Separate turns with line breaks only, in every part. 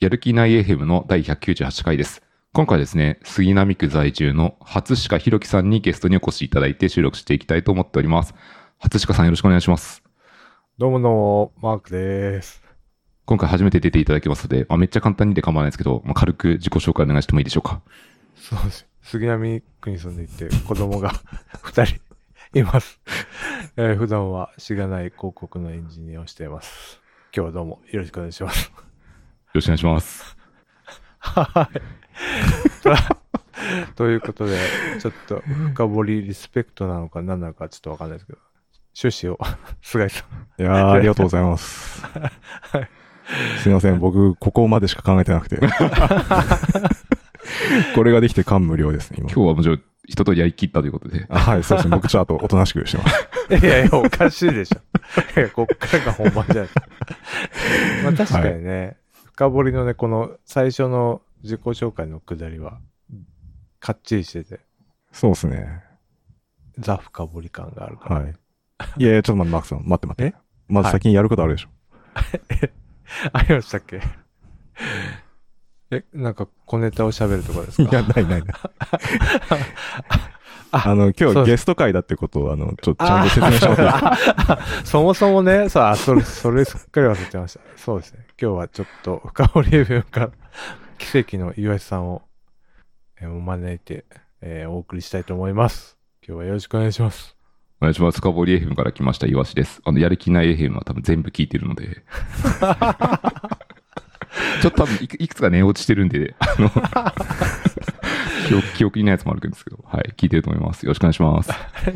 やる気ない FM の第198回です。今回はですね、杉並区在住の初鹿弘樹さんにゲストにお越しいただいて収録していきたいと思っております。初鹿さんよろしくお願いします。
どうもどうも、マークです。
今回初めて出ていただきますので、まあ、めっちゃ簡単にで構わないですけど、まあ、軽く自己紹介お願いしてもいいでしょうか。
そうです。杉並区に住んでいて、子供が 2人います。えー普段はしがない広告のエンジニアをしています。今日はどうもよろしくお願いします。
よろしくお願いします。
はい。 とということで、ちょっと深掘りリスペクトなのか何なのかちょっとわかんないですけど、趣旨を 菅井さん。
い やー、ありがとうございます。すいません、僕、ここまでしか考えてな くて。これができて感無量ですね、今。
今日はもちろん人とやりきったということで、
あはい、そうですね。僕、ちょっとおとなしくして ます。
いやいや、おかしいでしょ。いや、こっからが本番じゃないですか。まあ確かにね、深掘りのね、この最初の自己紹介のくだりは、かっちりしてて、
そうですね。
ザ深掘り感があるから。
はい。いやいや、ちょっと待って、マークさん、待って待って。まず先にやることあるでしょ。
ありましたっけえ、なんか小ネタを喋るとかです
い、や、
か
ないないない。
あ
あの、今
そうで
日
す
ゲスト会だってことを、あの、ちょっとちゃんと説明しなかっ
そもそもね、さあ、それ、それすっかり忘れてました。そうですね。今日はちょっと深掘り FM から奇跡の岩井さんをえーお招いて、えーお送りしたいと思います。今日はよろしくお願いします。
お願いします。深掘り FM から来ましたイワシです。あの、やる気ない FM は多分全部聞いてるので。 ちょっと多分いくいくつか寝落ちしてるんで、あの、記憶、記憶にないやつもあるんですけど、はい、聞いてると思います。よろしくお願いします。
よ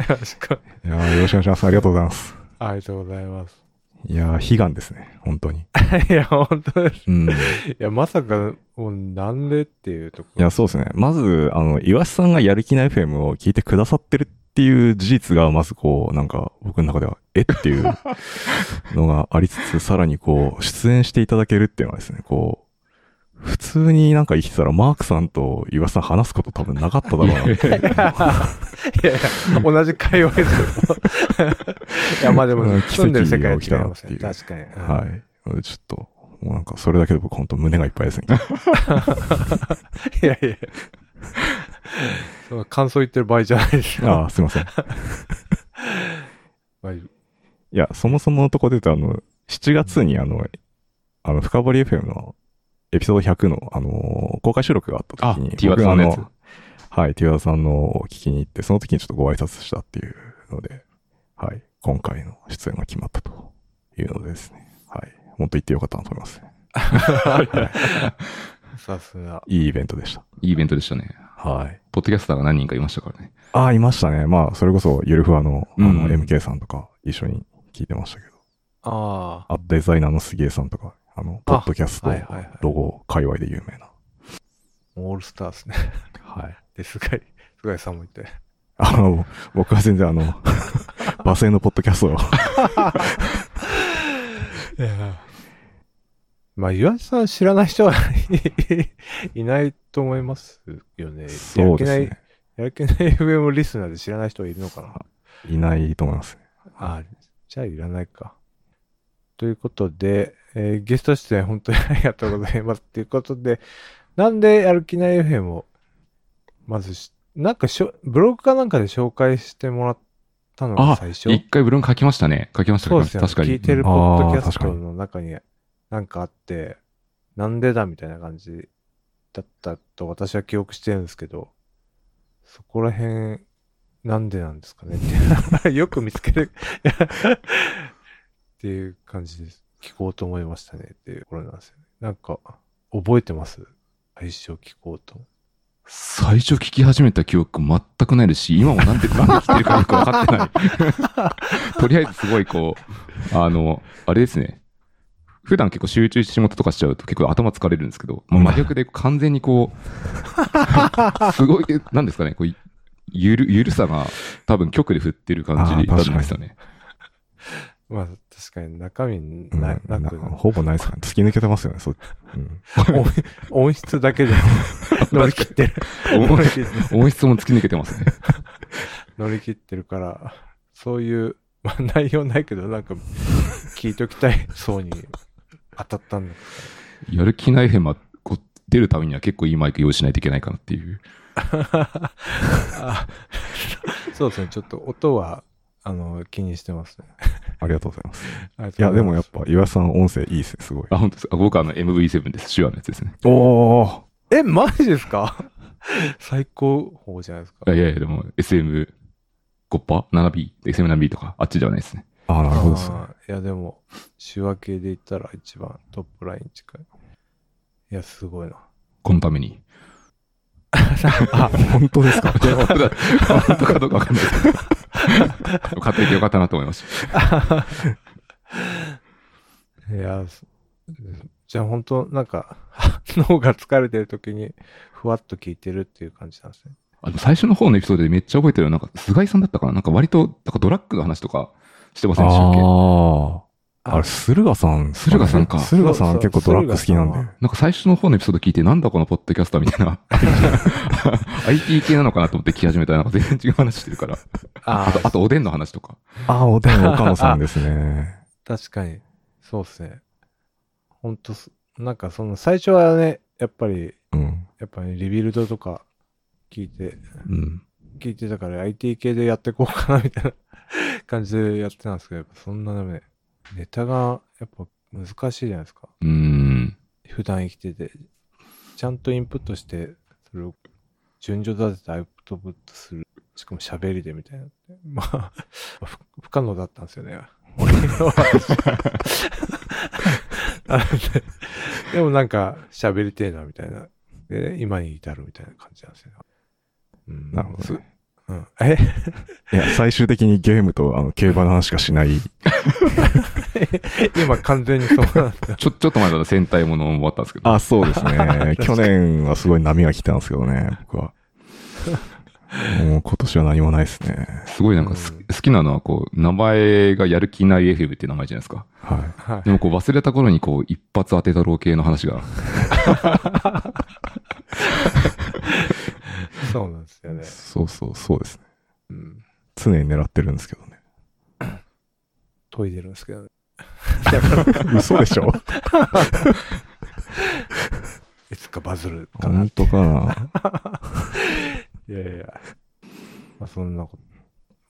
ろしく。
た。いやー、よろしくお願いします。ありがとうございます。
ありがとうございます。
いやー、悲願ですね、本当に。
いや、本当です。
うん。い
いや、まさか、もうなんでっていうところ。
や、そうですね。まず、あの、岩橋さんがやる気ない FM を聞いてくださってるっていう事実が、まずこう、なんか、僕の中では、えっていうのがありつつ、 さらにこう、出演していただけるっていうのはですね、こう、普通になんか生きてたら、マークさんと岩橋さん話すこと多分なかっただろうな。
いや、いやいや、同じ会話 ですけど。いや、まあでも
うん、
住んでる世界は違います
奇
ね。
跡が
確かに。
はい。なのでちょっと、もうなんか、それだけで僕本当胸がいっぱいですね。
いやいや。そう感想言ってる場合じゃないですよ。
ああ、すいません。
はい
いや、そもそものとこで言うと、あの、7月にあの、あの、深掘り FM のエピソード100の、あのー公開収録があった時に、
あ T ワタさんのやつ
僕があのはい、ティワタさんのを聞きに行って、その時にちょっとご挨拶したっていうので、はい、今回の出演が決まったというのでですね、はい、本当言ってよかったなと思いますね。
さすが。
いいイベントでした。
いいイベントでしたね。
はい。
ポッドキャスターが何人かいましたからね。
ああ、いましたね。まあ、それこそ、ゆるふわの、あの、
うん
MK さんとか一緒に聞いてましたけど、
あ
あとデザイナーの杉江さんとか、あの、ポッドキャス
あ。
ト
はいはいはい。
ロゴ界隈で有名な。
オールスターですね。
はい。
で、菅井、菅井さんもいて。
あの、僕は全然 あの、バスへのポッドキャストを。
いやまあ、岩井さん知らない人はいないと思いますよね。
そうですね。
やる気ない、やる気ない FM リスナーで知らない人はいるのかな。
いないと思いますね。
あ、じゃあいらないか。ということで、えーゲスト出演本当にありがとうございます。 ということで、なんでやる気ない FM を、まずし、なんかしょ、ブログかなんかで紹介してもらったのが
あ
最初。
一回ブログ書きましたね。書きました、
そう
書き
で
まし
す
た
よね。
確かに。
聞いて
う
る
ん
ポ
あ
ッ
ー
ドキャスト
確かに
の中になんかあって、なんでだみたいな感じだったと私は記憶してるんですけど、そこら辺、なんでなんですかねって、 よく見つけるっていう感じです。聞こうと思いましたねっていうところなんですよね。なんか、覚えてます最初聞こうと。
最初聞き始めた記憶全くないですし、今もなんで、なんで聞いてるかよくわかってない。とりあえずすごい こう、あの、あれですね。普段結構集中して仕事とかしちゃうと結構頭疲れるんですけど、まあ、真逆で完全にこう、 すごい、えなんですかね、こう、ゆる、ゆるさが多分局で振ってる感じだと思うんですよね。
まあ、確かに中身
うん
な,、
な
なく
んかほぼないですかね。突き抜けてますよね。そう。うん。
音音質だけで乗り切ってる。乗り切って る
音質も突き抜けてますね。
乗り切ってるから、そういう、まあ内容ないけど、なんか、聞いときたいそうに当たったんだ。
やる気ないフェマ、こう、出るためには結構いいマイク用意しないといけないかなっていう。
あそうですね、ちょっと音は、あの、気にしてますね。
ありがとうございます。
ありが
い
とう
や、
ご
で
ざま
もやっ
す
ぱ岩井さん音声いいですね、すごい。
あ、本当ですか。あ僕はあの MV7 です。手話のやつですね。
おお
え、マジですか最高峰じゃないですか
あ。いやいや、でも SM5 パ ?7B、SM7B とか、あっちではないですね。
ああ、なるほどですね。
あーいや、でも、週明けで言ったら一番トップライン近い。いや、すごいな。
このために。
あ、本当ですか
いや本当だ本当かどうかわかんないですけど。買っていてよかったなと思いました。
いや、すじゃあ本当なんか、 脳が疲れてる時に、ふわっと聞いてるっていう感じなんですね。
あの最初の方のエピソードでめっちゃ覚えてるのはなんか菅井さんだったかななんか割と、なんかドラッグの話とかしてませんでしたっけ
ああ。あれ、駿河さんっすね、
駿河さんか
駿河さん
そうそう
結構ドラッグ好きなん
駿河
で
さ。
なんか最初の方のエピソード聞いて、なんだこのポッドキャスターみたいな、IT 系なのかなと思って聞き始めたら、なんか全然違う話してるから。あ
あ
と、あとおでんの話とか。
ああ、おでん岡野さんですね。
確かに、そうですね。本当なんかその、最初はね、やっぱり、
うん。
やっぱりリビルドとか聞いて、
うん。
聞いてたから IT 系でやってこうかなみたいな 感じでやってたんですけど、やっぱそんなダメ。ネタがやっぱ難しいじゃないですか。
うーん。
普段生きてて。ちゃんとインプットして、それを順序立ててアウトプットする。しかも喋りでみたいな。まあ、 不不可能だったんですよね。俺の話 なのででもなんか喋りてえなみたいな。で、今に至るみたいな感じなんですよね。うん
なるほどね。
うん、え
いや、最終的にゲームとあの競馬の話しかしない。
今完全にそうなんだ。
ちょ、ちょっと前だと戦隊ものも終わったんですけど。
あ、そうですね。去年はすごい波が来たんですけどね、僕は。もう今年は何もないですね。
すごいなんかす、
うん
好きなのは、こう、名前がやる気ない FM っていう名前じゃないですか。
は
は
でもこう、忘れた頃にこう、一発当てたろう系の話が。
い。そうなんですよね
い。。そうそう、そうですね。
うん。
常に狙ってるんですけどね。
研いでるんですけどね。
嘘でしょ
いつかバズるかな。
本当かな。
いやいや。まあそんなこと。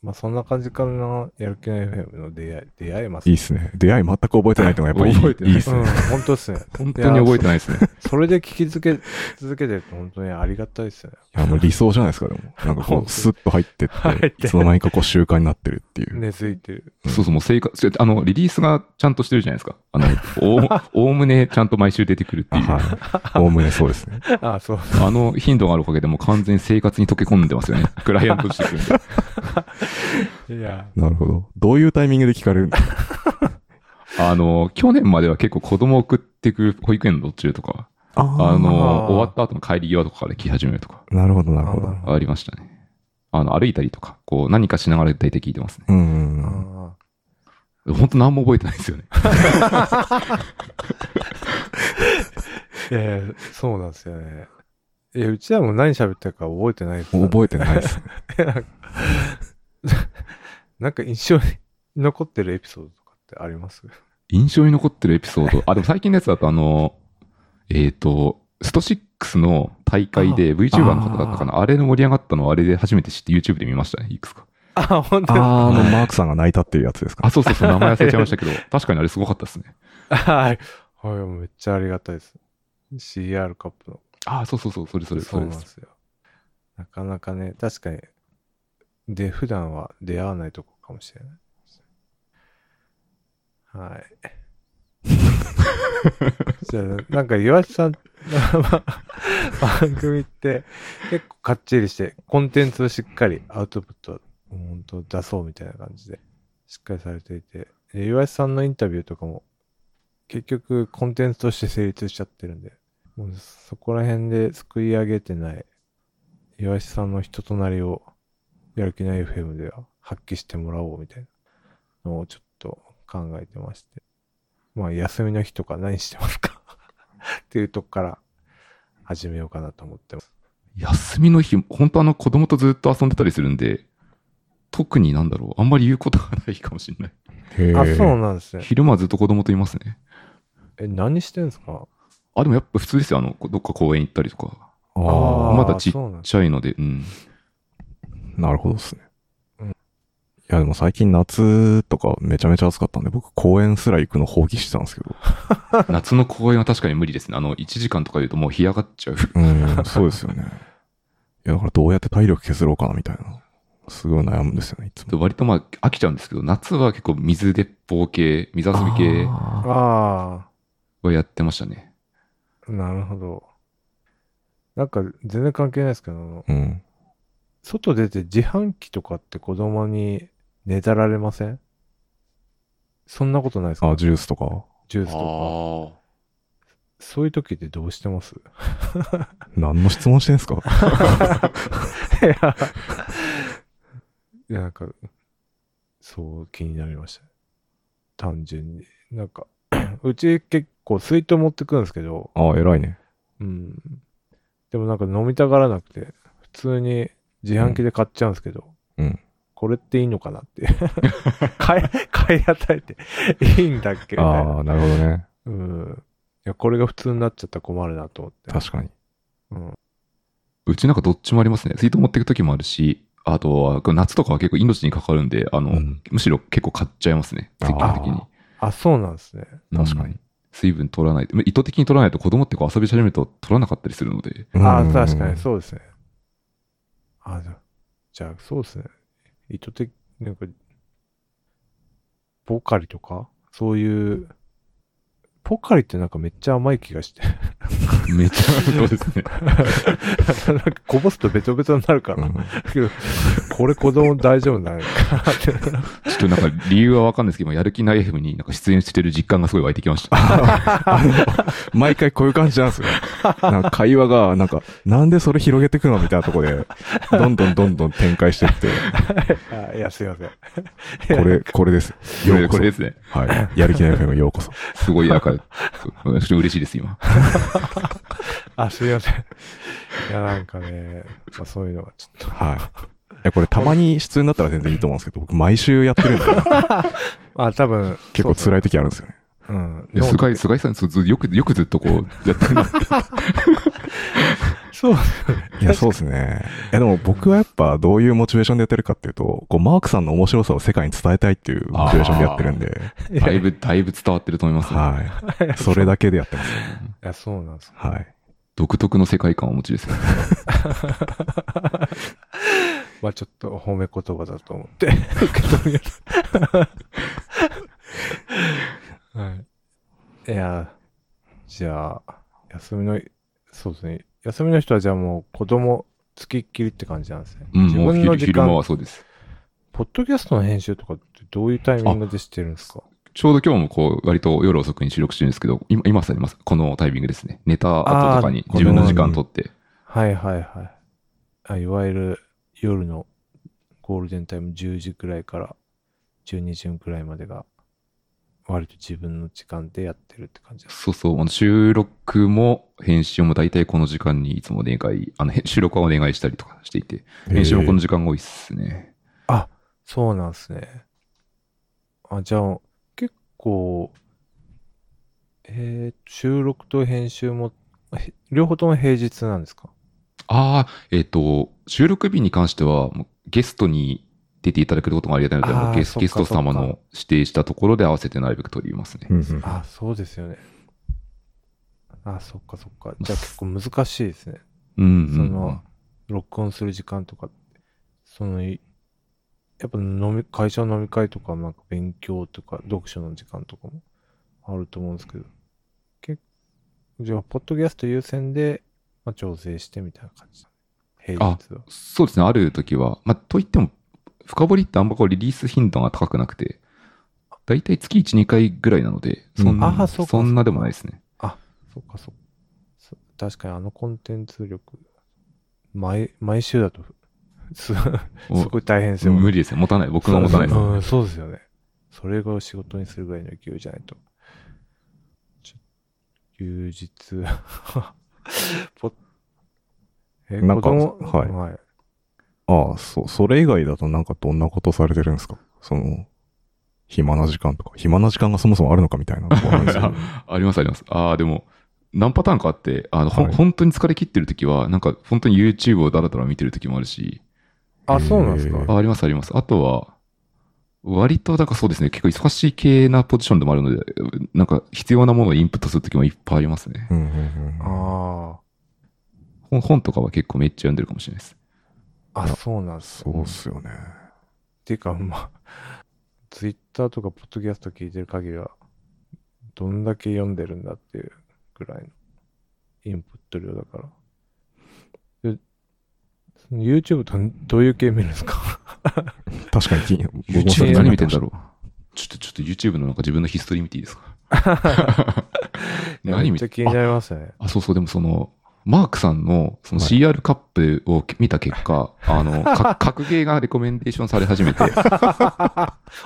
まあそんな感じかな。やる気ない FM の出会い、出会えます。
いいっすね。出会い全く覚えてないのがやっぱりいい
覚えてない
いっす
う
ね。
ん、本当ですね。
本当に覚えてないですね。
それで聞き続け、続けてると本当にありがたいですよね。
いや、もう理想じゃないですか、でも。なんかこ
本当
う、スッと入ってっ
入って
て、いつの間にかこう習慣になってるっていう。
根付いてる。
そうそう、もう生活、あの、リリースがちゃんとしてるじゃないですか。あの、お、おおむねちゃんと毎週出てくるって
あ
いう。
はい。おおむねそうですね。
ああ、そう。
あの頻度があるおかげでもう完全に生活に溶け込んでますよね。クライアントしてくるんで。
いや。
なるほど。どういうタイミングで聞かれるんですか
あの、去年までは結構子供を送っていく保育園の途中とか、
あ
あの、
あー
終わった後の帰り際とかから聞き始めるとか、
なるほど、なるほ
あ
ど。
ありましたね。あの、歩いたりとか、こう、何かしながら大体聞いてますね。
うんうんうん。
あ
本当何も覚えてないですよね。
あ。いやいや、そうなんですよね。いや、うちらも何喋ったか覚えてないですよね
覚えてないですね。
なんか印象に残ってるエピソードとかってあります
印象に残ってるエピソー ド。あ、でも最近のやつだとあの、えっ、と、スト6の大会で VTuber の方だったかなあれの盛り上がったのはあれで初めて知って YouTube で見ましたね、いくつか。
あ、本
あ
当
ーあの、マークさんが泣いたっていうやつです
あ、
か。
そうそう そう、名前忘れちゃいましたけど、確かにあれすごかったですね。
はい。はい、めっちゃありがたいです。CR カップの。
あ、そうそうそう、それそれ、
そ
そう
な
れ
ん
で。
ですすよ。なかなかね、確かに。で、普段は出会わないとこかもしれない。 はい。じゃあ、なんか岩井さんの 番組って結構かっちりして、コンテンツをしっかりアウトプット、本当出そうみたいな感じで、しっかりされていて、で岩井さんのインタビューとかも、結局コンテンツとして成立しちゃってるんで、もうそこら辺ですくい上げてない岩井さんの人となりをやる気ない FM では発揮してもらおうみたいなのをちょっと考えてまして。まあ休みの日とか何してますか っていうとこから始めようかなと思ってます。
休みの日、本当あの子供とずっと遊んでたりするんで、特になんだろう、あんまり言うことがないかもしれない。
へー
あ、そうなんですね。
昼間はずっと子供といますね。
え、何してんすか
あ、でもやっぱ普通ですよ。あの、こどっか公園行ったりとか。
あー
まだちっ
そうなんだ
ちゃいので、うん。
なるほどですね。
うん
いや、でも最近夏とかめちゃめちゃ暑かったんで、僕公園すら行くの放棄してたんですけ ど。
夏の公園は確かに無理ですね。あの、1時間とか言うともう干上がっちゃう。
うん、そうですよね。いや、だからどうやって体力削ろうかなみたいな。すごい悩むんですよね、いつも。
割とまあ飽きちゃうんですけど、夏は結構水鉄砲系、水遊び系
あー
あ
はやってましたね。
あ、なるほど。なんか全然関係ないですけどあの、
うん。
外出て自販機とかって子供にねだられませんそんなことないですか
あ、ジュースとか。
ジュースとか。そういう時ってどうしてます
何の質問してんすか
いや、いやなんか、そう気になりました。単純に。なんか、 うち結構水筒持ってくるんですけど、
あー偉いね。
うん。でもなんか飲みたがらなくて、普通に自販機で買っちゃうんですけど、
うん
これっていいのかなって いう。買い、買い与えていいんだっけみたいな。
ああ、なるほどね。
うん。いや、これが普通になっちゃったら困るなと思って。
確かに。
うん。
うちなんかどっちもありますね。水筒持っていく時もあるし、あとは夏とかは結構命にかかるんで、あの、
うん
むしろ結構買っちゃいますね。積極的に。
あ、そうなんですね。
うん
確かに。
水分取らないと。意図的に取らないと子供ってこう遊び始めると取らなかったりするので。
あ
うん
確かにそうですね。あじゃあ、じゃあそうですね。意図的、なんか、ポカリとかそういう、ポカリってなんかめっちゃ甘い気がして。
め っちゃそうですね。
なんか こぼすとベトベトになるから。
うん
だけど、これ子供大丈夫なのかなって。
ちょっとなんか理由はわかんないですけど、やる気ない FM になんか出演してる実感がすごい湧いてきました。
あの、毎回こういう感じなんですよ。なんか会話が、なんか、なんでそれ広げてくのみたいなとこで、どんどんどんどん展開してって、
あいや、すいません。
これ、これです。
いや
ようこ
こ
そ
れ。ですね。
はい。やる気ない FM ようこそ。
すごい、なんか、そうちょっと嬉しいです、今。
あ、すいません。いや、なんかね、まあ、そういうのがちょっ
はい。いや、これたまに出演だったら全然いいと思うんですけど、僕毎週やって るんで、
と。あ、多分、
結構辛い時あるんですよね。
そうそう。うん。
いや
脳
菅井、菅井さん、そうずよく、よくずっとこう、やってるな。
そう。
いや、そうですね。いや、でも僕はやっぱどういうモチベーションでやってるかっていうと、こう、マークさんの面白さを世界に伝えたいっていうモチベーションでやってるんで、
だいぶ、だいぶ伝わってると思います、
は い。それだけでやってます。
いや、そうなんです。
はい。
独特の世界観をお持ちですね。
まあ、ちょっと褒め言葉だと思って、受け止めた。はい。いや、じゃあ、休みの、そうですね。休みの人はじゃあもう子供、付きっきりって感じなんですね。
うん、
自
もう
分の
昼
時
昼間
間
は、そうです。
ポッドキャストの編集とかってどういうタイミングでしてるんですか
ちょうど今日もこう、割と夜遅くに収録してるんですけど、今、今されます。このタイミングですね。ネタ後とかに
あー
自分の時間取って。
はいはいはいあ。いわゆる夜のゴールデンタイム10時くらいから12時くらいまでが割と自分の時間でやってるって感じです。
そうそう、あの収録も編集も大体この時間にいつもお願い、あの、へ収録はお願いしたりとかしていて、編集もこの時間が多いっすね。
あ、そうなんですね。あ、じゃあ結構、えー収録と編集もへ両方とも平日なんですか
ああ、えっ、と、収録日に関しては、もうゲストに出ていただけることがありがたいので、
あー
もうゲス
そっか
ゲスト様
そっ
の指定したところで合わせてなるべく取りますね。
うんうん
あ、そうですよね。あ、そっかそっか。じゃあ結構難しいですね。
うん、うん。
その、録音する時間とか、その、いやっぱ飲み、会社の飲み会とか、なんか勉強とか、読書の時間とかもあると思うんですけど、結じゃあ、ポッドキャスト優先で、まあ、調整してみたいな感じ。平日は。
そうですね、ある時は。まあ、といっても、深掘りってあんまこうリリース頻度が高くなくて、だいたい月1、2回ぐらいなので、そんな、
うんあーそうか
そんなでもないですね。
そっかそっか。そ確かにあのコンテンツ力、毎、毎週だと、す、
お
すごい大変ですよ。
無理ですね、持たない。僕が持たないです。
うん、そうですよね。それを仕事にするぐらいの勢いじゃないと。ちょ休 日、ぽえ
なんか
子供
はいああ、そう、それ以外だとなんかどんなことされてるんですかその、 暇な時間とか。暇な時間がそもそもあるのかみたいなとこあるんですけど
ありますあります。ああ、でも、何パターンかあって、あの、ほん
はい
本当に疲れ切ってる時は、なんか本当に YouTube をだらだら見てる時もあるし、
あ、そうなんです
へ
か。
あありますあります。あとは、割と、だからそうですね、結構忙しい系なポジションでもあるので、なんか必要なものをインプットする時もいっぱいありますね。
うんうんうん
あ
本本とかは結構めっちゃ読んでるかもしれないです。
あ。あ、そうなんです。
そうっすよね。
ていうか、まあ、ツイッターとかポッドキャスト聞いてる限りは、どんだけ読んでるんだっていうぐらいのインプット量だから。でその YouTube とどういう系見るんですか
確かに気に、僕もそれ
YouTube
気に
何見
なっ
てん
てまし
だ
た
ろうちょっと、ちょっと YouTube のなんか自分のヒストリー見ていいですか
いやめ
何
っ
見
ちゃ
て
気になりますね。
あ、そうそう、でもその、マークさんのその
はい
CR カップを見た結 果、あの、か格ゲーがレコメンデーションされ始めて、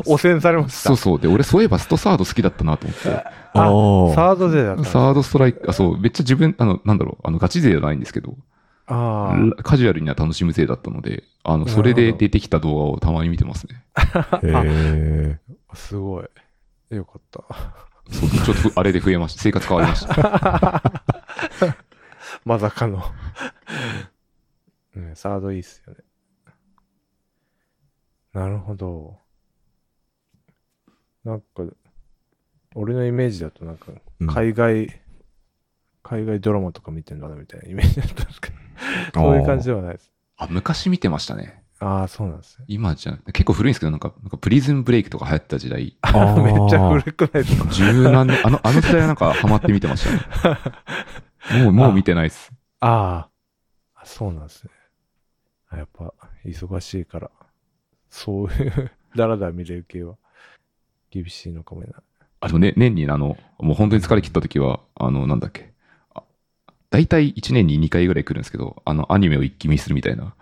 汚染されました。
そうそう、で、俺そういえばストサード好きだったなと思 って、
あー
サード勢だった。
サードストライク、あ、そう、めっちゃ自分、あの、なんだろう、あの、ガチ勢じゃないんですけど、
あ
カジュアルには楽しむ勢だったので、あの、それ
なる
で
ほど
出てきた動画をたまに見てますね。
へ
あ、すごい。よかった。
そうちょっとふ、あれで増えました。 生活変わりました。
まさかの、ね。サードいいっすよね。なるほど。なんか、俺のイメージだとなんか、
え。
海外、海外ドラマとか見てんだなみたいなイメージだったんですけど、そういう感じ
で。
ではないです。
あ、昔見てましたね。
ああ、そうなんですね。
今じゃなくて、結構古いんですけど、なんか、なんかプリズンブレイクとか流行ってた時代、
あー
めっちゃ古くないですか
十何年、あの、あの時代はなんかハマって見てま したね。もう、もう見てないです。
ああ、そうなんですね。あやっぱ、忙しいから、そういう、だらだら見れる系は、厳しいのかもな。
あ、でもね、年にあの、もう本当に疲れ切った時は、あの、なんだっけ。あ大体1年に2回ぐらい来るんですけど、あの、アニメを一気見するみたいな。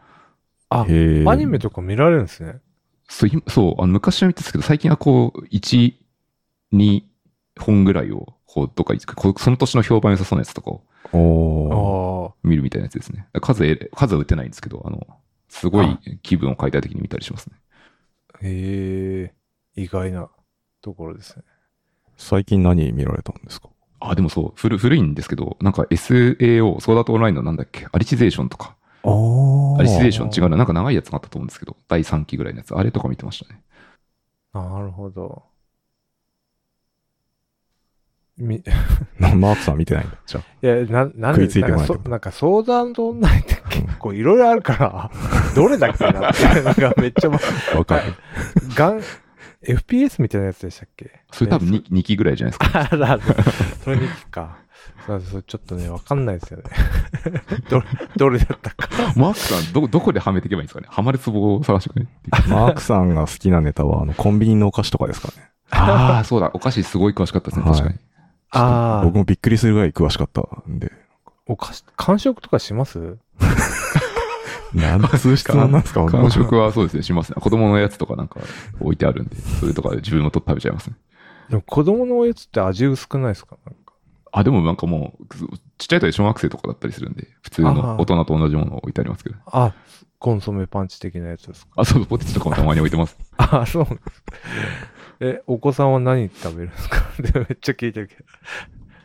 あ、
へー
アニメとか見られるんですね。
そう、今そう、あの昔は見てたんですけど、最近はこう、1、2本ぐらいを、こう、どっかにこうその年の評判良さそうなやつとかを
あ
おー
あ、
見るみたいなやつですね。数え、数は打てないんですけど、あの、すごい
あ
気分を変えたい時に見たりしますね。
へえ、意外なところですね。
最近何見られたんですか
あ、でもそう、古古いんですけど、なんか SAO、ソーダアートオンラインのなんだっけ、アリチゼーションとか、
あ
アリチゼーション違うな、なんか長いやつがあったと思うんですけど、第3期ぐらいのやつ、あれとか見てましたね。
なるほど。み、 い
マークさん見てないんだ。じゃ
や、な、なん
食
で、
いついて
なん
こな
か
いと
そなんか相談と女って結構いろいろある から、どれだっけなって、なんかめっちゃ
あ、わか る。
ガン、FPS みたいなやつでしたっけ
それ多分
ね
2, 2期ぐらいじゃないです か。
あら、それに聞くか。そうそうちょっとね、わかんないですよね。 どれ、どれだったか。
マークさん、ど、どこではめていけばいいんですかね。ハマるツボを探してくれっていう。
マークさんが好きなネタは、あの、コンビニのお菓子とかですかね。
ああ、そうだ。お菓子すごい詳しかったですね。
はい
確かに。
あ
僕もびっくりするぐらい詳しかったんで。
お菓子、完食とかします
なんつう質問なんですか
完食はそうですね、しますね。子供のやつとかなんか置いてあるんで、それとか自分も取って食べちゃいますね。
でも子供のおやつって味薄くないですかなんか
あ、でもなんかもう、ちっちゃい時小学生とかだったりするんで、普通
あ
の
ー
大人と同じものを置いてありますけど。
あ、コンソメパンチ的なやつですか
あ、そう、ポテチとかもたまに置いてます。
あ、そうなんです。え、お子さんは何食べるんですか でもめっちゃ聞いてるけど。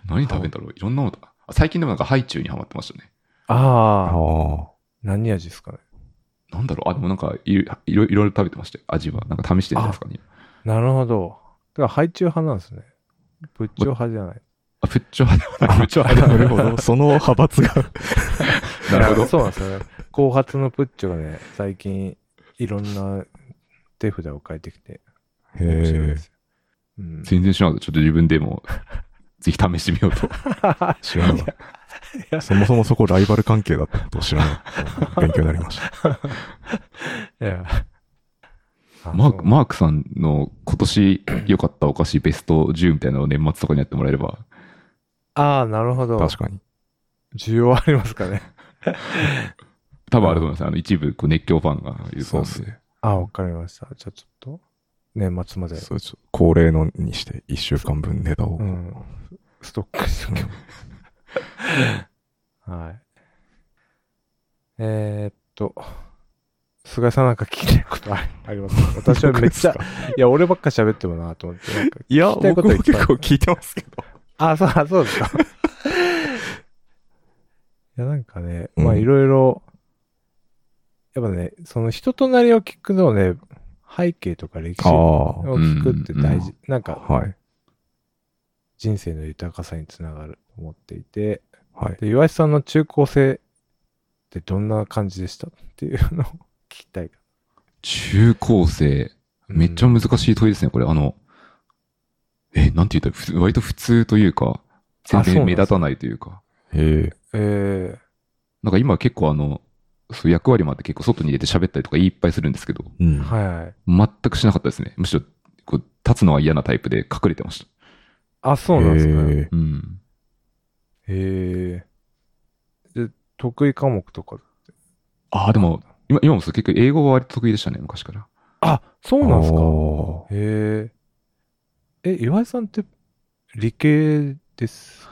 何食べんだろういろんなものだ。あ最近でもなんかハイチュウにハマってましたね。
あ
ああ、
あ。
何味ですかね
なんだろうあ、でもなんかいろいろいろいろ食べてましたよ。味は。なんか試してるんじゃないですかね。
なるほど。だから、配中派なんですね。プッチョ派じゃない。
あ、プッチョ派ではない。プッチョ派では
なるほど。その派閥が。
ない。なるほど。
そうなんですよね。後発のプッチョがね、最近いろんな手札を変えてきて、
へ
面白い
え
で。すよ。うん、
全然知らなかった。ちょっと自分でも、ぜひ試してみようと。
知らなかった。そもそもそこライバル関係だったことを知らなかった。勉強になりました。
いやあ
マー
そう
ク、マークさんの今年良かったお菓子ベスト10みたいなのを年末とかにやってもらえれば、
ああ、なるほど。
確かに。
需要ありますかね。
多分あると思います。あの、一部、こう、熱狂ファンがいると思うん
そうっすね
ああ、わかりました。じゃあちょっと、年末まで、
そうちょっと恒例のにして、一週間分ネタを。
うん、ストックしておけば。はい。えー、っと、菅井さんなんか聞きたいことありありますか私はめっちゃ、いや、俺ばっか喋ってもなと思って、なんか
いや、
聞きたいこ
僕
と
も
いっぱい
結構聞いてますけど。
あ、そう、あそうですか。いや、なんかね、
うん
まあいろいろ、やっぱね、その人となりを聞くのをね、背景とか歴史を
ああ。
聞くって大事、なんか
はい。
人生の豊かさにつながると思っていて、
はい。
で、岩井さんの中高生ってどんな感じでしたっていうのを 聞きたいか
中高生、
な。
めっちゃ難しい問いですね、これ。あの、え、なんて言ったら普通、割と普通というか、全
あそうな
然
んで
目
す
立たないというか。
へえ。
えー、
なんか今結構あの、そう役割もあって結構外に出て喋ったりとかいっぱいするんですけど、
うん。い。
はいはい。
全くしなかったですね。むしろ、こう、立つのは嫌なタイプで隠れてました。
あ、そうなんですか、ね。
うん。
へえ。で、得意科目とか。
ああ、でも、今、今もそう、結構英語は割と得意でしたね、昔から。
あ、そ
そう
なんですか
か。
へえ。え、岩井さんって理系です。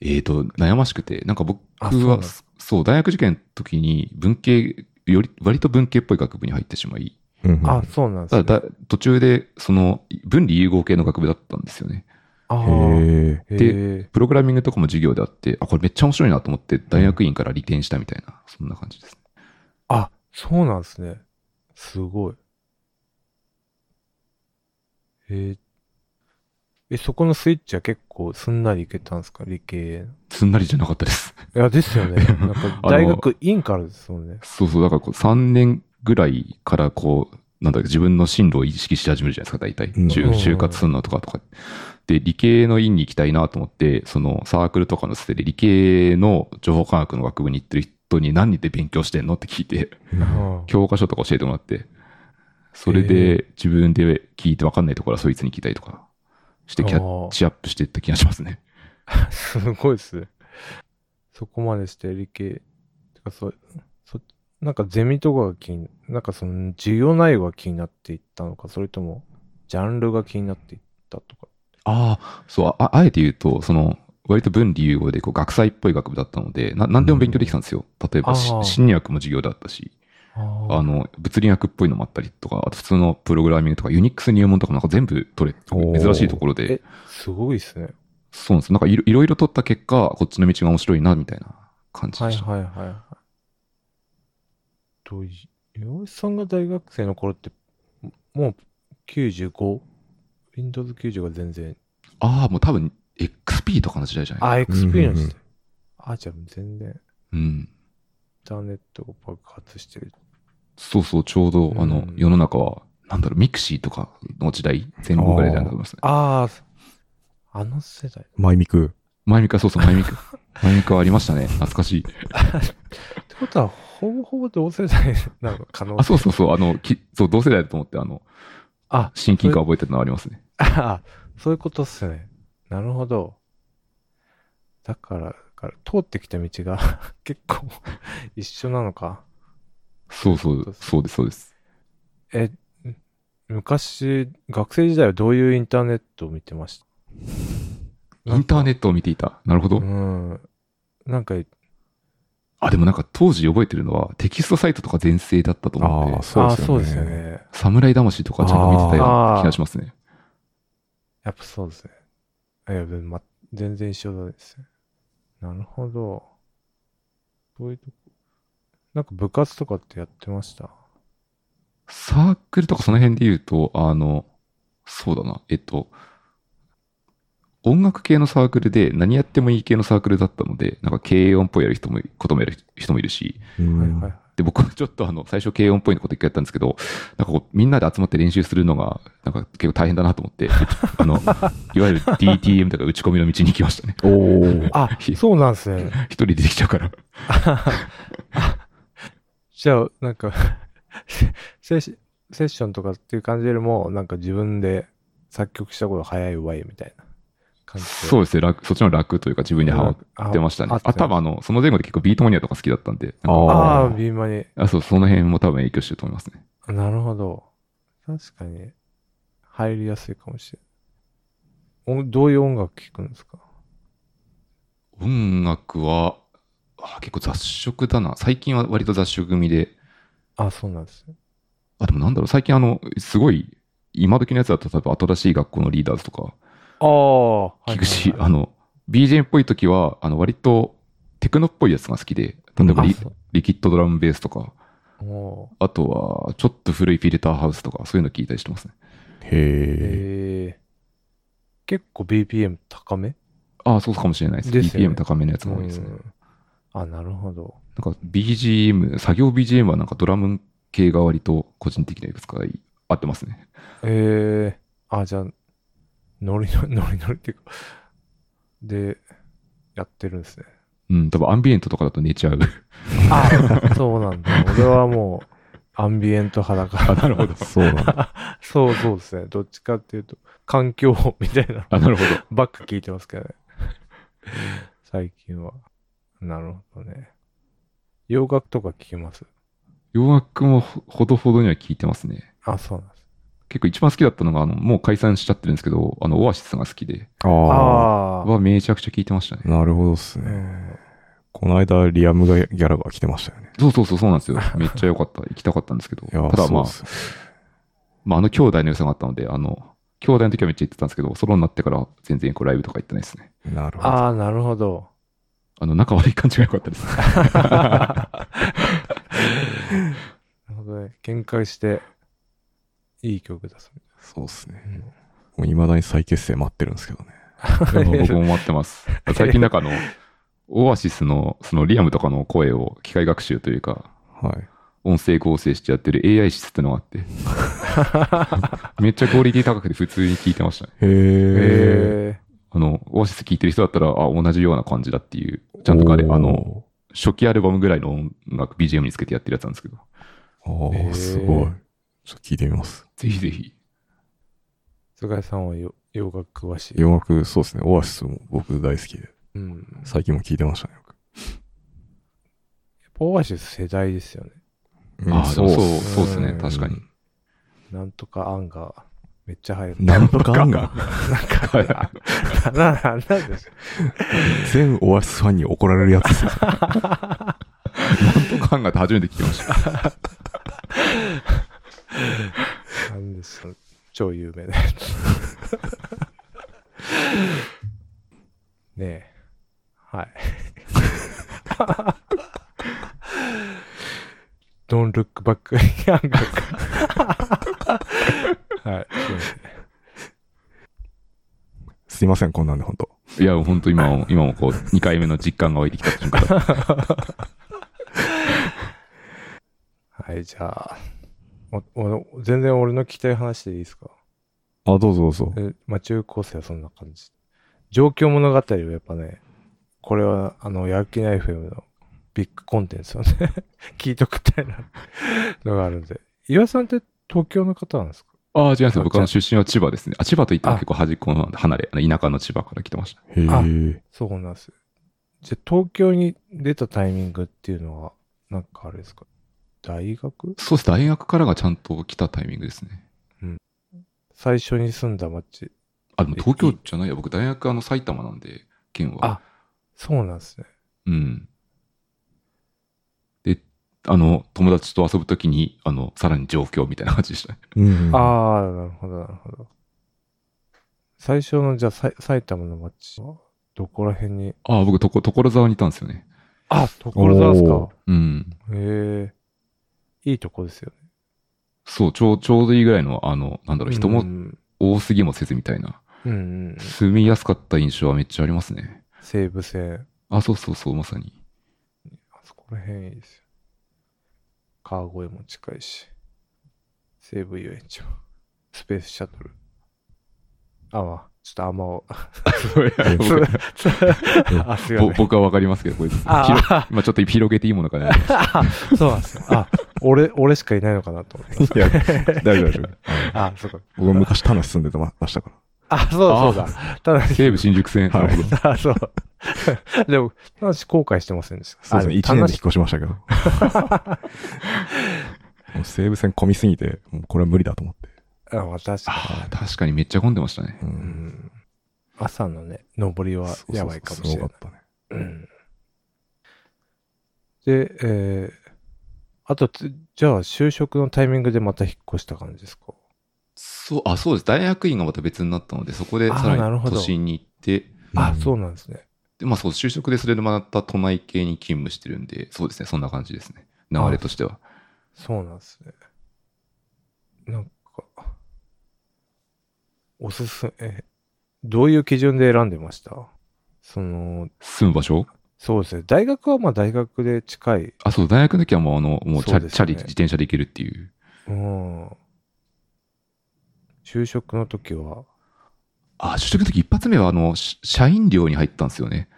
えーと、悩ましくて、なんか僕
あそうなん
は、
だ
そう大学受験の時に文系、より、割と文系っぽい学部に入ってしまい、
うんうん
あ、そうなんです
た
ね。
だだ途中で、その、分離融合系の学部だったんですよね。
あー
へえ。
へ
で
え。
プログラミングとかも授業であって、あ、これめっちゃ面白いなと思って、大学院から利点したみたいな、そんな感じですね。
あ、そうなんですね。すごい。へえ。え、そこのスイッチは結構すんなりいけたんですか理系への。
すんなりじゃなかったです。
いや、ですよね。なんか
あの
大学院からですもんね。
そうそう、だからこう3年ぐらいからこう、なんだろう自分の進路を意識し始めるじゃないですか、大体。
うん
就就活するのとかとか。で、理系の院に行きたいなと思って、そのサークルとかの捨てで理系の情報科学の学部に行ってる人に何で勉強してんのって聞いて、
あ
教科書とか教えてもらって、それで自分で聞いて分かんないところはそいつに聞いたりとかしてキャッチアップしていった気がしますね。
あすごいっすね。そこまでして理系。てか、そ、そ、なんかゼミとかが気に、なんかその授業内容が気になっていったのか、それとも、ジャンルが気になっていったとか。
ああ、そう、ああえて言うと、その、割と分離融合でこう学祭っぽい学部だったので、な何でも勉強できたんですよ。例えばし
ああ
心理学も授業だったし、あ
あ
の、物理学っぽいのもあったりとか、あと普通のプログラミングとか、ユニックス入門とかもなんか全部取
お
れ、
ー
珍しいところで
え、すごいっすね。
そうなんです。なんかいろいろいろ取った結果、こっちの道が面白いな、みたいな感じ
は
で
い
した。
はいはいはい。と、い洋一さんが大学生の頃って、もう 95?Windows95 95が全然。
ああ、もう多分、XP とかの時代じゃない
あ、XP の時
うんうんうん
代。あ、じゃあ全然、イン
うん。
ターネットが爆発してる。
そうそう、ちょうど、あの
うん、
世の中は、なんだろう、ミクシーとかの時代、前後ぐらいだと思いますね。
ああ、あの世代。
マイミク。
前ミカ、そうそう、前ミ カ。前ミカはありましたね。懐かしい。
ってことは、ほぼほぼ同世代なの可能
あ、
性。
そうそうそう、あの、きそう同世代だと思って、あの、
あ、
親近感覚えてるのはありますね。
あそういうことっすね。なるほど。だから、だから通ってきた道が 結構一緒なのか。
そうそ
そう
う、
そう
そうです、そうです。
え、昔、学生時代はどういうインターネットを見てました
インターネ
ッ
ットを見ていた。なるほど。
うん。なんか、
あ、でもなんか当時覚えてるのは、テキストサイトとか全盛だったと思っ
ああ、
て、
そう
あ
ですよね。
そうですよ。ね。
侍魂とかちゃんと見てたよう
あー
な気がしますね。
やっぱそうですね。いや、でもま、全然一緒ですね。なるほど。そういうとこ。なんか部活とかってやってました
サークルとかその辺で言うと、あの、そうだな、えっと、音楽系のサークルで何やってもいい系のサークルだったので、なんか軽音っぽいやる人も、こともやる人もいるし、
うん
はいはい。
で、僕 はちょっとあの、最初軽音っぽいこと一回やったんですけど、なんかこう、みんなで集まって練習するのが、なんか結構大変だなと思って、 あの、いわゆる DTM とか打ち込みの道に行きましたね。
おー
あ、そうなんですね。
一人出てきちゃうから。
じゃあ、なんか セ、セッションとかっていう感じよりも、なんか自分で作曲したこと早いわいみたいな感じで。
そうですね、楽、そっちの楽というか自分にハマっ
あ
てましたね。
合
あ
ってま
多分あの、その前後で結構ビートマニアとか好きだったんで、なんか
ああ、
ー
ビーマニ。
あそう、その辺も多分影響してると思いますね。
なるほど。確かに、入りやすいかもしれない。おどういう音楽聴くんですか
音楽は、あ結構雑食だな。最近は割と雑食組で、
あ、そうなんですね。
あ、でもなんだろう、最近あの、すごい、今時のやつだと、例えば新しい学校のリーダーズとか、
ああ、はいはいはい
聞くし、あの、BGM っぽい時は、あの、割と、テクノっぽいやつが好きで、例えばリ,、
うん
リキッドドラムベースとか、
お
あとはちょっと古いフィルターハウスとか、そういうの聞いたりしてますね。
ー
へえ。
えー結構 BPM 高め
ああ、そうかもしれないです。
ですよね
BPM 高めのやつが多いですね。
うんあ、なるほど。
なんか BGM、作業 BGM はなんかドラム系が割と個人的にはいくつか合ってますね。
えー、あ、じゃあ、ノリノリ、 ノリノリっていうか、で、やってるん ですね。
うん、多分アンビエントとかだと寝ちゃ う。
あ、そうなんだ。俺はもう、アンビエント派だから。
なるほど
そうなんだ。
そうそうですね。どっちかっていうと、環境音みたいなの
あ、なるほど。
ばっか聞いてますけどね。最近は。なるほどね。洋楽とか聞きます
洋楽もほほどほどには聞いてますね。
あ、そうなんです。
結構一番好きだったのが、あの、もう解散しちゃってるんですけど、あの、オアシスが好きで、
あ
ああ。
はめちゃくちゃ聞いてましたね
あ。。なるほどっす
う
ね。
ん
この間、リアムがギャラが来てましたよね。
そうそうそう、そうなんですよ。 めっちゃ良かった。行きたかったんですけど。
いやー、
ただまあ、
そうっす
まあ、あの兄弟の良さがあったので、あの、兄弟の時はめっちゃ行ってたんですけど、ソロになってから全然こうライブとか行ってないですね。
ねなるほど。
ああ、なるほ ど。
あの、仲悪い感じが良かった です。
なるほどね。見解して、いい曲出すみ
そうっすね
た。いな。
もう未だに再結成待ってるんですけどね。
でも僕も待ってます。最近なんかあの、オアシスの、そのリアムとかの声を機械学習というか、
はい。
音声合成してやってる AI 室ってのがあって、 めっちゃクオリティ高くて普通に聞いてましたね。
へえ。
へえ。
あの、オアシス聞いてる人だったら、あ、同じような感じだっていう、ちゃんとあれ、あの、初期アルバムぐらいの音楽 BGM につけてやってるやつなんですけど、
おー。あ
へー
あ、すごい。ちょっと聞いてみます。
ぜひぜひ。
菅井さんはよ洋楽詳しい。
洋楽、そうですね。オアシスも僕大好きで、
うん。
最近も聞いてましたね。よく
オアシス世代ですよね。
うん
あーでもそう
っ
そう
っすね
ん
確かに
なんとかアンガー。めっちゃ流行る。
なんとか案が、
なんか、 な、な、なんでしょ
全オアシスファンに怒られるやつっすね。
なんとか考えて初めて聞きました。
う。なんでしょう。超有名なやつ。ねえ。はい。Don't look back in アンガーか。はい。すいません
すいません、こんなんで、本当
いや、本当今も、今もこう、2回目の実感が湧いてきた瞬間だった
はい、じゃあ。おお全然俺の聞きたい話でいいですか
あ、どうぞどうぞ。
えまあ、中高生はそんな感じ。状況物語はやっぱね、これは、あの、やる気ない FM のビッグコンテンツをね、 聞いとくみたいなのがあるんで。岩井さんって東京の方なんですか
ああ、違います。僕の出身は千葉ですね。あ、千葉といっても結構端っこの離れ、あの田舎の千葉から来てました。
へえ。
そうなんですよ。じゃあ、東京に出たタイミングっていうのは、なんかあれですか大学
そうです。大学からがちゃんと来たタイミングですね。
最初に住んだ町。
あ、でも東京じゃないや。僕、大学あの埼玉なんで、県は。
あそうなんですね。
うん。で、あの、友達と遊ぶときに、あの、さらに上京みたいな感じでしたね。
うん。
ああ、なるほど、なるほど。最初の、じゃあ、さい埼玉の町は、どこら辺に
ああ、僕とこ、所沢にいたんですよね。
あ、所沢ですか
お。
うん。
へえ。いいとこですよね。
そう、ちょう、ちょうどいいぐらいの、あの、なんだろう、人
う
も
ん
多すぎもせずみたいな。
うんうん。
住みやすかった印象はめっちゃありますね。
西武線、
あ、そうそうそう、まさに。
あそこら辺いいですよ。川越も近いし、西武遊園地も、スペースシャトル。あ、まあ、ちょっとあんま、
僕
あ、すい
ぼ
ません。
僕はわかりますけど、これ、広
あ
まあちょっと広げていいもの かな。
あ、そうなんですよ。あ、俺、俺しかいないのかなと思って。
いや、 大丈夫大丈夫。
あ、そうか。
僕昔、田無住んでましたか
あ、そうだ、そうだ。ただ、
西武新宿線。
はい
なるほど
あ、そう。 でも、ただし後悔してませんでした。
ら。そうですね、
あ
1
も
年
楽
で引っ
し
越しま したけど。もう西武線混みすぎて、もうこれは無理だと思って。
あ、まあ確かに。
ああ、確かにめっちゃ混んでましたね。
う。
うんん朝のね、登りはやばいかもしれない
そうそうそうすごかったね。。
うんで、えー、あとつ、じゃあ就職のタイミングでまた引っ越した感じですか
そう、あ、そうです。大学院がまた別になったので、そこで
あー
さら
なる
に
ほど
都心に行って、
あ、
ん
そうなんですね。
でで、まあそう、就職でそれで学った都内系に勤務してるんで、そうですね、そんな感じですね。流れとしては。
そうなんですね。なんか、おすすめ、どういう基準で選んでましたその、
住む場所
そうですね。大学はまあ大学で近い。
あ、そう、大学の時はもう、あの、もうチ
そう
ャ
ですね
チャリ、自転車で行けるっていう。
うん。就職の時は、
あ、就職の時一発目は、あの、し社員寮に入ったんですよね。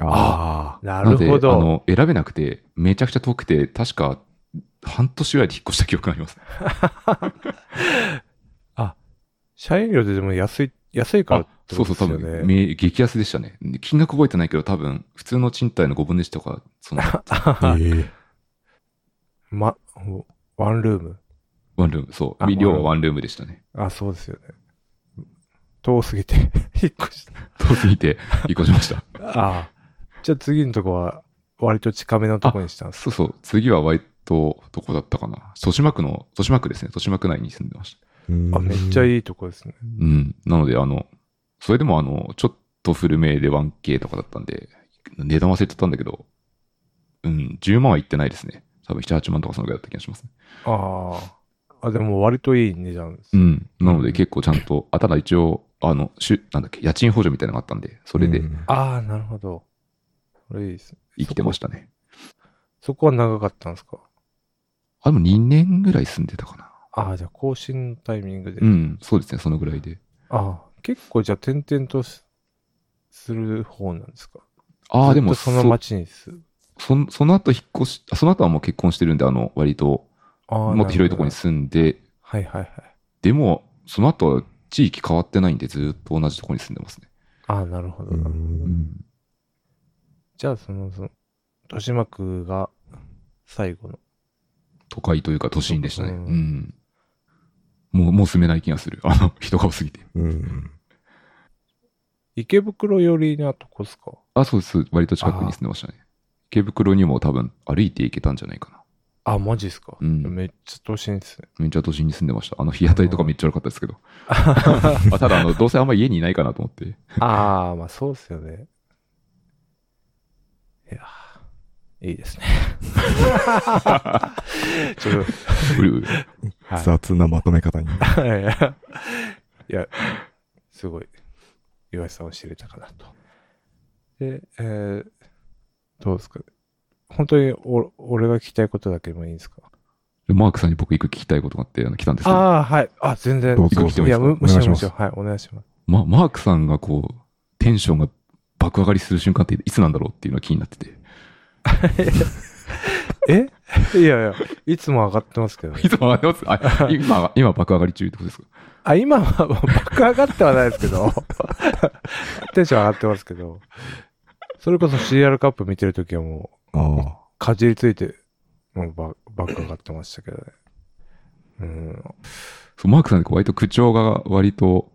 あ
なるほ
な
ど。
ので、あの、選べなくて、めちゃくちゃ遠くて、確か、半年ぐらいで引っ越した記憶があります。
社員料ででも安い、安いからっ
あ
て、
そう
こ
そ
と
う、
です
多
よ
分、
ね。
め激安でしたね。金額覚えてないけど、多分、普通の賃貸の5分の1とか、そ の、
あ。ええ
ま、おワンルーム。
ワンルーム、そ
あ
う、寮はワンルームでしたね。
あ、そうですよね。遠すぎて、 引っ越した。
遠すぎて、引っ越しました。
ああ。じゃあ次のとこは、割と近めのとこにしたんで
そ
す。
うそう、次は割と、どこだったかな。豊島区の、豊島区ですね。豊島区内に住んでました。
あ、めっちゃ
い。
いいとこですね。
うん。なので、あの、それでも、あの、ちょっと古めで 1K とかだったんで、値段忘れちゃったんだけど、うん、10万はいってないですね。多分7、8万とかそのぐらいだった気がしますね。
ああ。あ、でも割といい値段です。
うん。なの
う
で
ん
結構ちゃんと、あ、ただ一応、あの、しゅなんだっけ、家賃補助みたいなのがあったんで、それで
うん
ああ、なるほど。これいいですね。
生きてましたね。
そこは長かったんですか
あ、でも2年ぐらい住んでたかな。
ああ、じゃあ更新のタイミングで。
うん、そうですね、そのぐらいで。
ああ、結構じゃあ転々としする方なんですか
ああ、でも
ずっとその町に住む。
そんその後引っ越し、あその後はもう結婚してるんで、あの、割と、
ああ
もっと広いところに
る
住んで、
ほど。はいはいはい。
でも、その後は地域変わってないんで、ずっと同じところに住んでますね。
ああ、なるほど。
うん
うん。
じゃあその、その、豊島区が最後の。
都会というか都心でしたね。
う
うんん。もう、もう住めない気がする。あの、人が多すぎて。
うん
池袋寄りなとこっすか
あ、そうです。割と近くに住んでましたね。池袋にも多分歩いて行けたんじゃないかな。
あ、マジっすか、
うん
めっちゃ都心ですね。
めっちゃ都心に住んでました。あの、日当たりとかめっちゃ悪かったですけ ど。あただ、あの、どうせあんま家にいないかなと思って。
ああ、まあそうっすよね。いやー、い いですね。 ちょっ
うるうる
と、はい
雑なまとめ方に。
はいいや、すごい、岩井さんを知れたかなと。で、えー、どうですか本当にお俺が聞きたいことだけでもいいんですか
でマークさんに僕行く聞きたいことがあって、あの、来たんですけど。
ああ、はい。あ、全然。
どうぞ
いや、む
どう
むし
ぞ
ろむ
お願いします
しろ。はい、お願いします。
ま、マークさんがこう、テンションが爆上がりする瞬間っていつなんだろうっていうのが気になってて。
え いやいや、いつも上がってますけどね
いつも上がってますあ 今、今爆上がり中ってことですか
あ、今はもう爆上がってはないですけど、 テンション上がってますけど、それこそ CR カップ見てるときはもう、
ああ。
かじりついて、もうば爆上がってましたけどね。うん。
そうマークさんってこう割と口調が割と、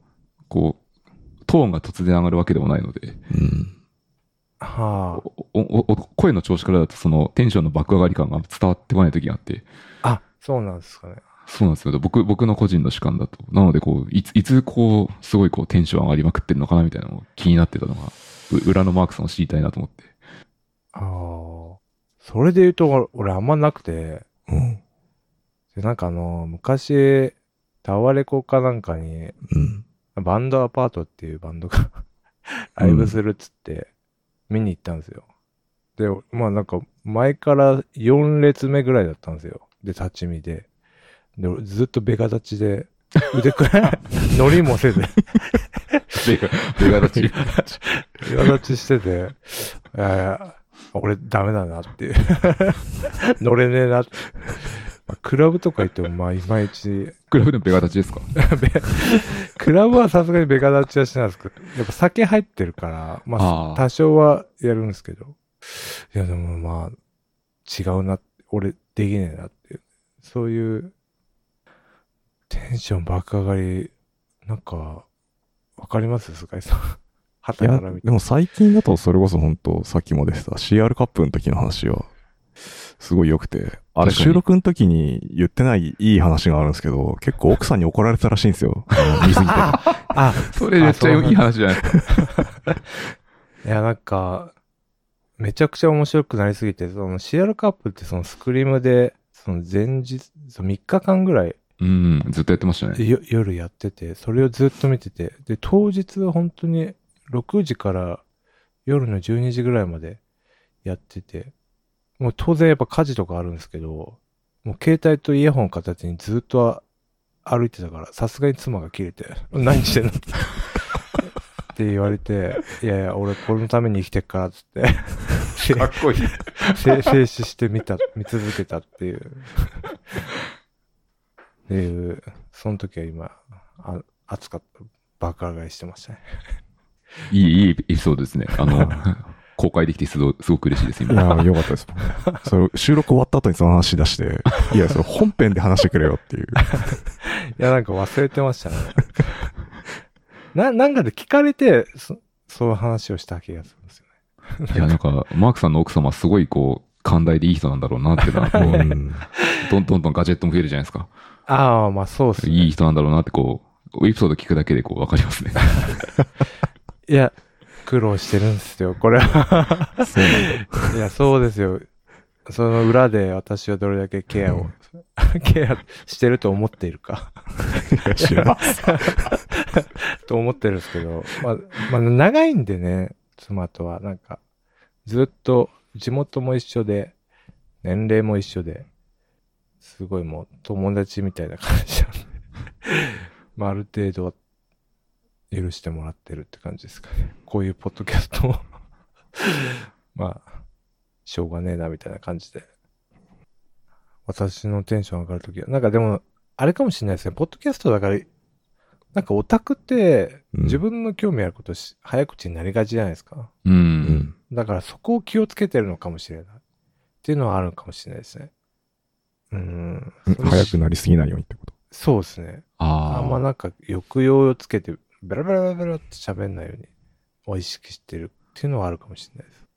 こう、トーンが突然上がるわけでもないので、
うん。
は
おおお声の調子からだとそのテンションの爆上がり感が伝わってこない時があって、
あ。あ、そうなんですかね。
そうなんですよ。僕、僕の個人の主観だと。なので、こう、いつ、いつ、こう、すごい、こう、テンション上がりまくってるのかなみたいなのが気になってたのが、う裏のマークさんを知りたいなと思って。
ああ。それで言うと、俺あんまなくて、
うん。
でなんかあの、昔、タワレコかなんかに、
うん。
バンドアパートっていうバンドがライブするっつって見に行ったんですよ。で、まあなんか前から4列目ぐらいだったんですよ。で、立ち見で。で、俺ずっとベガ立ちで、腕くらい、乗りもせず、
ベガ、ベガ立ち。
ベガ立ちしてて、いやいや、俺ダメだなっていう。 乗れねえなって。まあクラブとか行っても、まあ、いまいち、
クラブでもベガ立ちですか
ベクラブはさすがにベガ立ちはしないですけど、やっぱ酒入ってるから、まあ、
ああ。
多少はやるんですけど。いや、でもまあ、違うな、俺できねえなっていう。そういう、テンション爆上がり、なんか、わかります菅井さん。 はいた
や、
から見て。
でも最近だとそれこそ本当さっきもでした CR カップの時の話は、すごい良くて、
確か
あれ
に
収録の時に言ってないいい話があるんですけど、結構奥さんに怒られたらしいんですよ。あの見すぎて。
あ、
それめっちゃいい話じゃないですか。
いや、なんか、めちゃくちゃ面白くなりすぎて、その CR カップってそのスクリームで、その前日、その3日間ぐらい
うん、ずっとやってましたね。
よ夜やってて、それをずっと見てて、で、当日は本当に6時から夜の12時ぐらいまでやってて、もう当然やっぱ家事とかあるんですけど、もう携帯とイヤホン片手にずっと歩いてたから、さすがに妻が切れて、 何してんのって言われて、いやいや、俺これのために生きてっからっつって、 せ
っこいい。
せ静止して見た、見続けたっていう。っていう、その時は今、あ熱かった。爆上がりしてましたね。
いい、いいエピソードですね。あの、公開できてすごすごく嬉しいです、
い
今。
や、よかったです。それ収録終わった後にその話し出して、いや、それ本編で話してくれよっていう。
いや、なんか忘れてましたね。な、なんかで聞かれて、そそういう話をした気がするんですよ
いや、なんか、マークさんの奥様、すごいこう、寛大でいい人なんだろうなってのは、こ
う
う、
ん
どんどんどんガジェットも増えるじゃないですか。
ね。ああ、まあそうっすね。
いい人なんだろうなって、こう、エピソード聞くだけで、こう、わかりますね。
いや、苦労してるんですよ、こ れは。
そうなんだ。
いや、そうですよ。その裏で私はどれだけケアを、 ケアしてると思っているか。
いや知らない。
と思ってるんですけど、まあ、まあ、長いんでね、妻とは、なんか、ずっと地元も一緒で、年齢も一緒で、すごいもう友達みたいな感じなんで、 まあ、ある程度は許してもらってるって感じですかね。こういうポッドキャストも、 まあ、しょうがねえなみたいな感じで。私のテンション上がるときは、なんかでも、あれかもしれないですね。ポッドキャストだから、なんかオタクって、
うん
自分の興味あることし、早口になりがちじゃないですか。
う。
うんん。
だからそこを気をつけてるのかもしれない。っていうのはあるのかもしれないですね。うん。それ
早くなりすぎないようにってこと。
そうですね。あんま
あ
なんか抑揚をつけて、ベラベラベラベラって喋んないように、を意識してるっていうのはあるかもしれないです。
あ。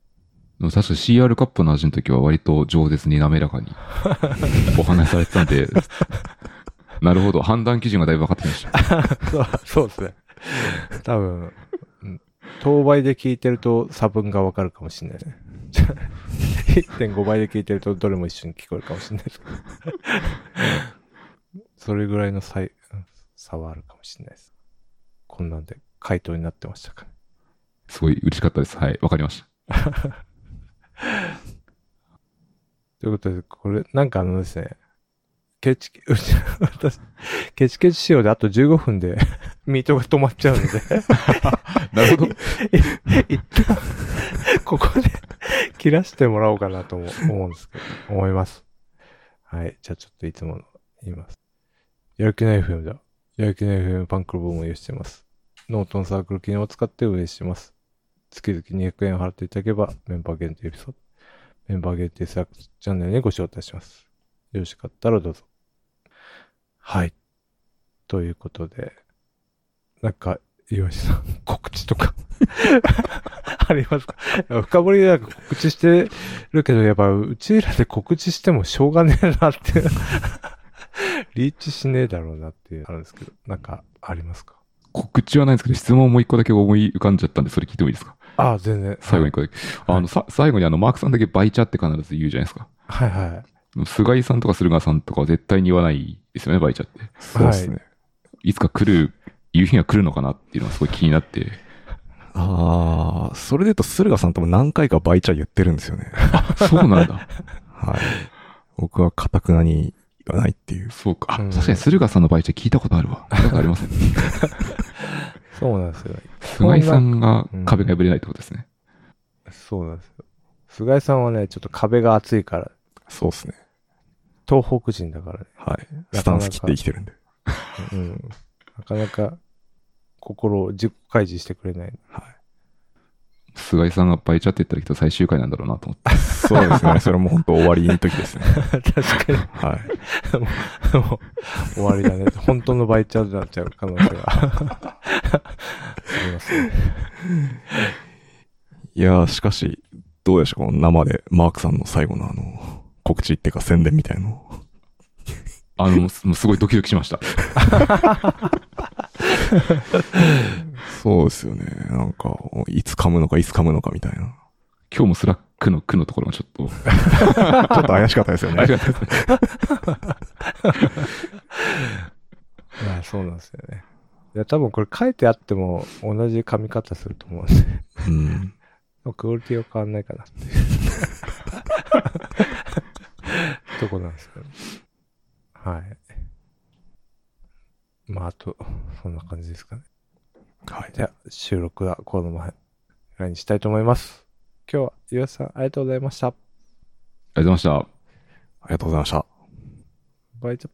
でも確か CR カップの味の時は、割と饒舌に滑らかにお話しされてたんで、 なるほど。判断基準がだいぶ分かってきました。
そう そうですね。多分、うん当倍で聞いてると差分がわかるかもしれないですね。1.5倍で聞いてるとどれも一緒に聞こえるかもしれないですけど。それぐらいの差い差はあるかもしれないです。こんなんで回答になってましたかね。
すごい嬉しかったです。はい。わかりました。
ということで、これ、なんかあのですね、ケチケ、うち、私、ケチケチ仕様であと15分で ミートが止まっちゃうので、
なるほど。
一旦、ここで切らしてもらおうかなとも思うんですけど、思います。はい。じゃあちょっといつもの言います。やる気ない FM だ。やる気ない FM パンクロブを運営しています。ノートのサークル機能を使って運営しています。月々200円を払っていただければメンバー限定エピソード、メンバー限定サークルチャンネルにご招待します。よろしかったらどうぞ。はい。ということで、なんか、岩井さん、告知とか、 ありますかいや深掘りでなんか告知してるけど、やっぱ、うちらで告知してもしょうがねえなって、 リーチしねえだろうなっていう、あるんですけど、なんか、ありますか
告知はないんですけど、質問もう一個だけ思い浮かんじゃったんで、それ聞いてもいいですか
ああ、全然。
最後に一個だけ。あの、さ、最後にあの、マークさんだけバイチャって必ず言うじゃないですか。
はいはい。
菅井さんとか駿河さんとかは絶対に言わないですよね、バイチャって。
そうですね。
いつか来る、いう日が来るのかなっていうのがすごい気になって。
ああ、それで言うと、駿河さんとも何回かバイチャ言ってるんですよね。
そうなん だ。
はい。僕はかたくなに言わないっていう。
そうか。あ
うん
確かに駿河さんのバイチャ聞いたことあるわ。なんかありますね。
そうなんですよ。
菅井さんが
うん
壁が破れないってことですね。
そうなんですよ。菅井さんはね、ちょっと壁が厚いから、
そうですね。
東北人だからね。
はい。
なか
スタンス切って生きてるんで。
うん。なかなか、心を自己開示してくれない。
はい。
菅井さんがバイチャって言ったらきっと最終回なんだろうなと思って。
そうです ね。それも本当終わりの時ですね。
確かに。
はい。
もう終わりだね。本当のバイチャーになっちゃう可能性が。ありますね。
いやー、しかし、どうでしたこの生でマークさんの最後のあの、告知っていうか宣伝みたいの。
あの、もうすもうすごいドキドキしました。
そうですよね。なんか、いつ噛むのか、いつ噛むのかみたいな。
今日もスラックの句のところがちょっと、
ちょっと怪しかったです よ
あ
ね
り。がとうございます。
まあそうなんですよね。いや、多分これ書いてあっても同じ噛み方すると思うんで、
うん。
クオリティは変わんないか なっていう。とこなんですけど。はい。まああと、そんな感じですかね。
はい。
じゃあ、収録はこの前ぐらいにしたいと思います。今日は、ゆうさんありがとうございました。
ありがとうございました。
ありがとうございました。
バイチャ